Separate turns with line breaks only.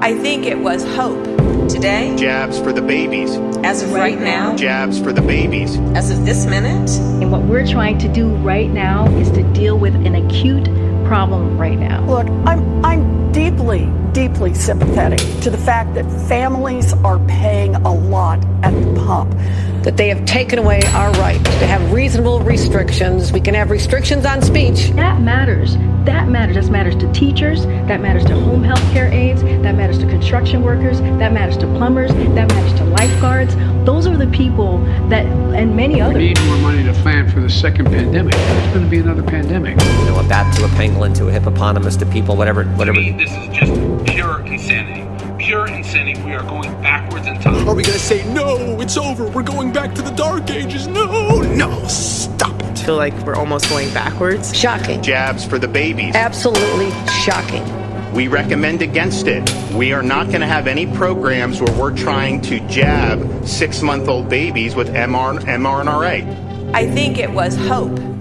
I think it was hope.
Today,
Jabs for the babies.
as of right now,
Jabs for the babies.
as of this minute,
And what we're trying to do right now is to deal with an acute problem right now.
Look, I'm, I'm deeply, deeply sympathetic to the fact that families are paying a lot at the pump.
that they have taken away our right to have reasonable restrictions. We can have restrictions on speech.
That matters. That matters. That matters to teachers. That matters to home health care aides. That matters to construction workers. That matters to plumbers. That matters to lifeguards. Those are the people that, and many
We
others.
need more money to plan for the second pandemic. There's going to be another pandemic.
you know, a bat to a pangolin to a hippopotamus to people, whatever, whatever.
me, this is just pure insanity. Pure insanity. We are going backwards in time.
Are we gonna say no? It's over. We're going back to the dark ages. No, no, stop it.
feel like we're almost going backwards.
Shocking.
Jabs for the babies.
Absolutely shocking.
We recommend against it. We are not going to have any programs where we're trying to jab six month old babies with MR- mRNA.
I think it was hope.